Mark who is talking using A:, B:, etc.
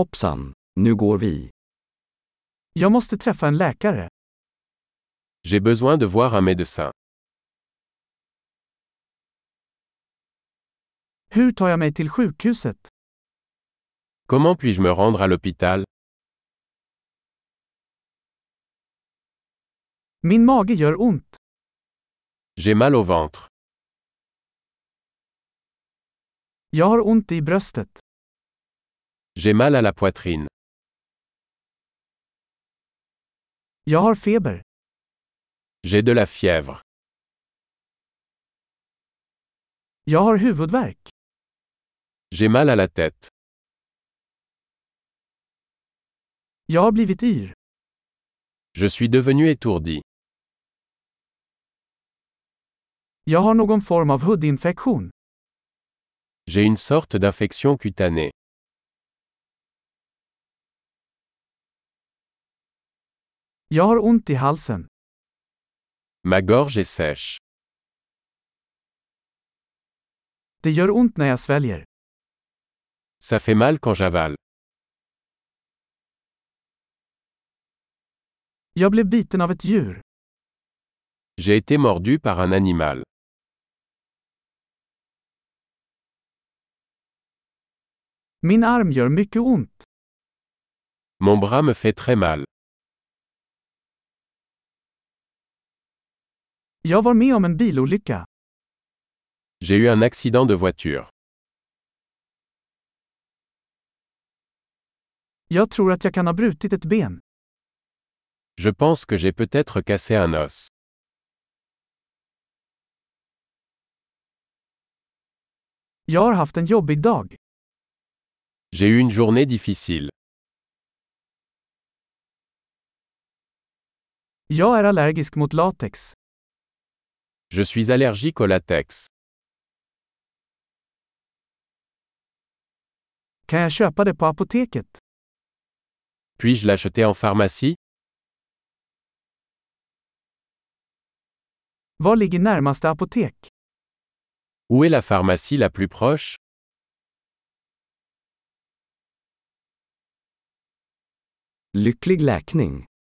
A: Hoppsan, nu går vi.
B: Jag måste träffa en läkare.
C: J'ai besoin de voir un médecin.
B: Hur tar jag mig till sjukhuset?
C: Comment puis-je me rendre à l'hôpital
B: Min mage gör ont.
C: J'ai mal au ventre.
B: Jag har ont i bröstet.
C: J'ai mal à la poitrine.
B: Jag har feber.
C: J'ai de la fièvre.
B: Jag har huvudvärk.
C: J'ai mal à la tête.
B: Jag har blivit yr.
C: Je suis devenu étourdi.
B: Jag har någon form av hudinfektion.
C: J'ai une sorte d'infection cutanée.
B: Jag har ont i halsen.
C: Ma gorge est sèche.
B: Det gör ont när jag sväljer.
C: Ça fait mal quand j'avale.
B: Jag blev biten av ett djur.
C: J'ai été mordu par un animal.
B: Min arm gör mycket ont.
C: Mon bras me fait très mal.
B: Jag var med om en bilolycka.
C: J'ai eu un accident de voiture.
B: Jag tror att jag kan ha brutit ett ben.
C: Je pense que j'ai peut-être cassé un os.
B: Jag har haft en jobbig dag.
C: J'ai eu une journée difficile.
B: Jag är allergisk mot latex.
C: Je suis allergique au latex.
B: Kan jag köpa det på apoteket?
C: Puis-je l'acheter en pharmacie
B: Var ligger närmaste apotek?
C: Où est la pharmacie la plus proche
A: Lycklig läkning!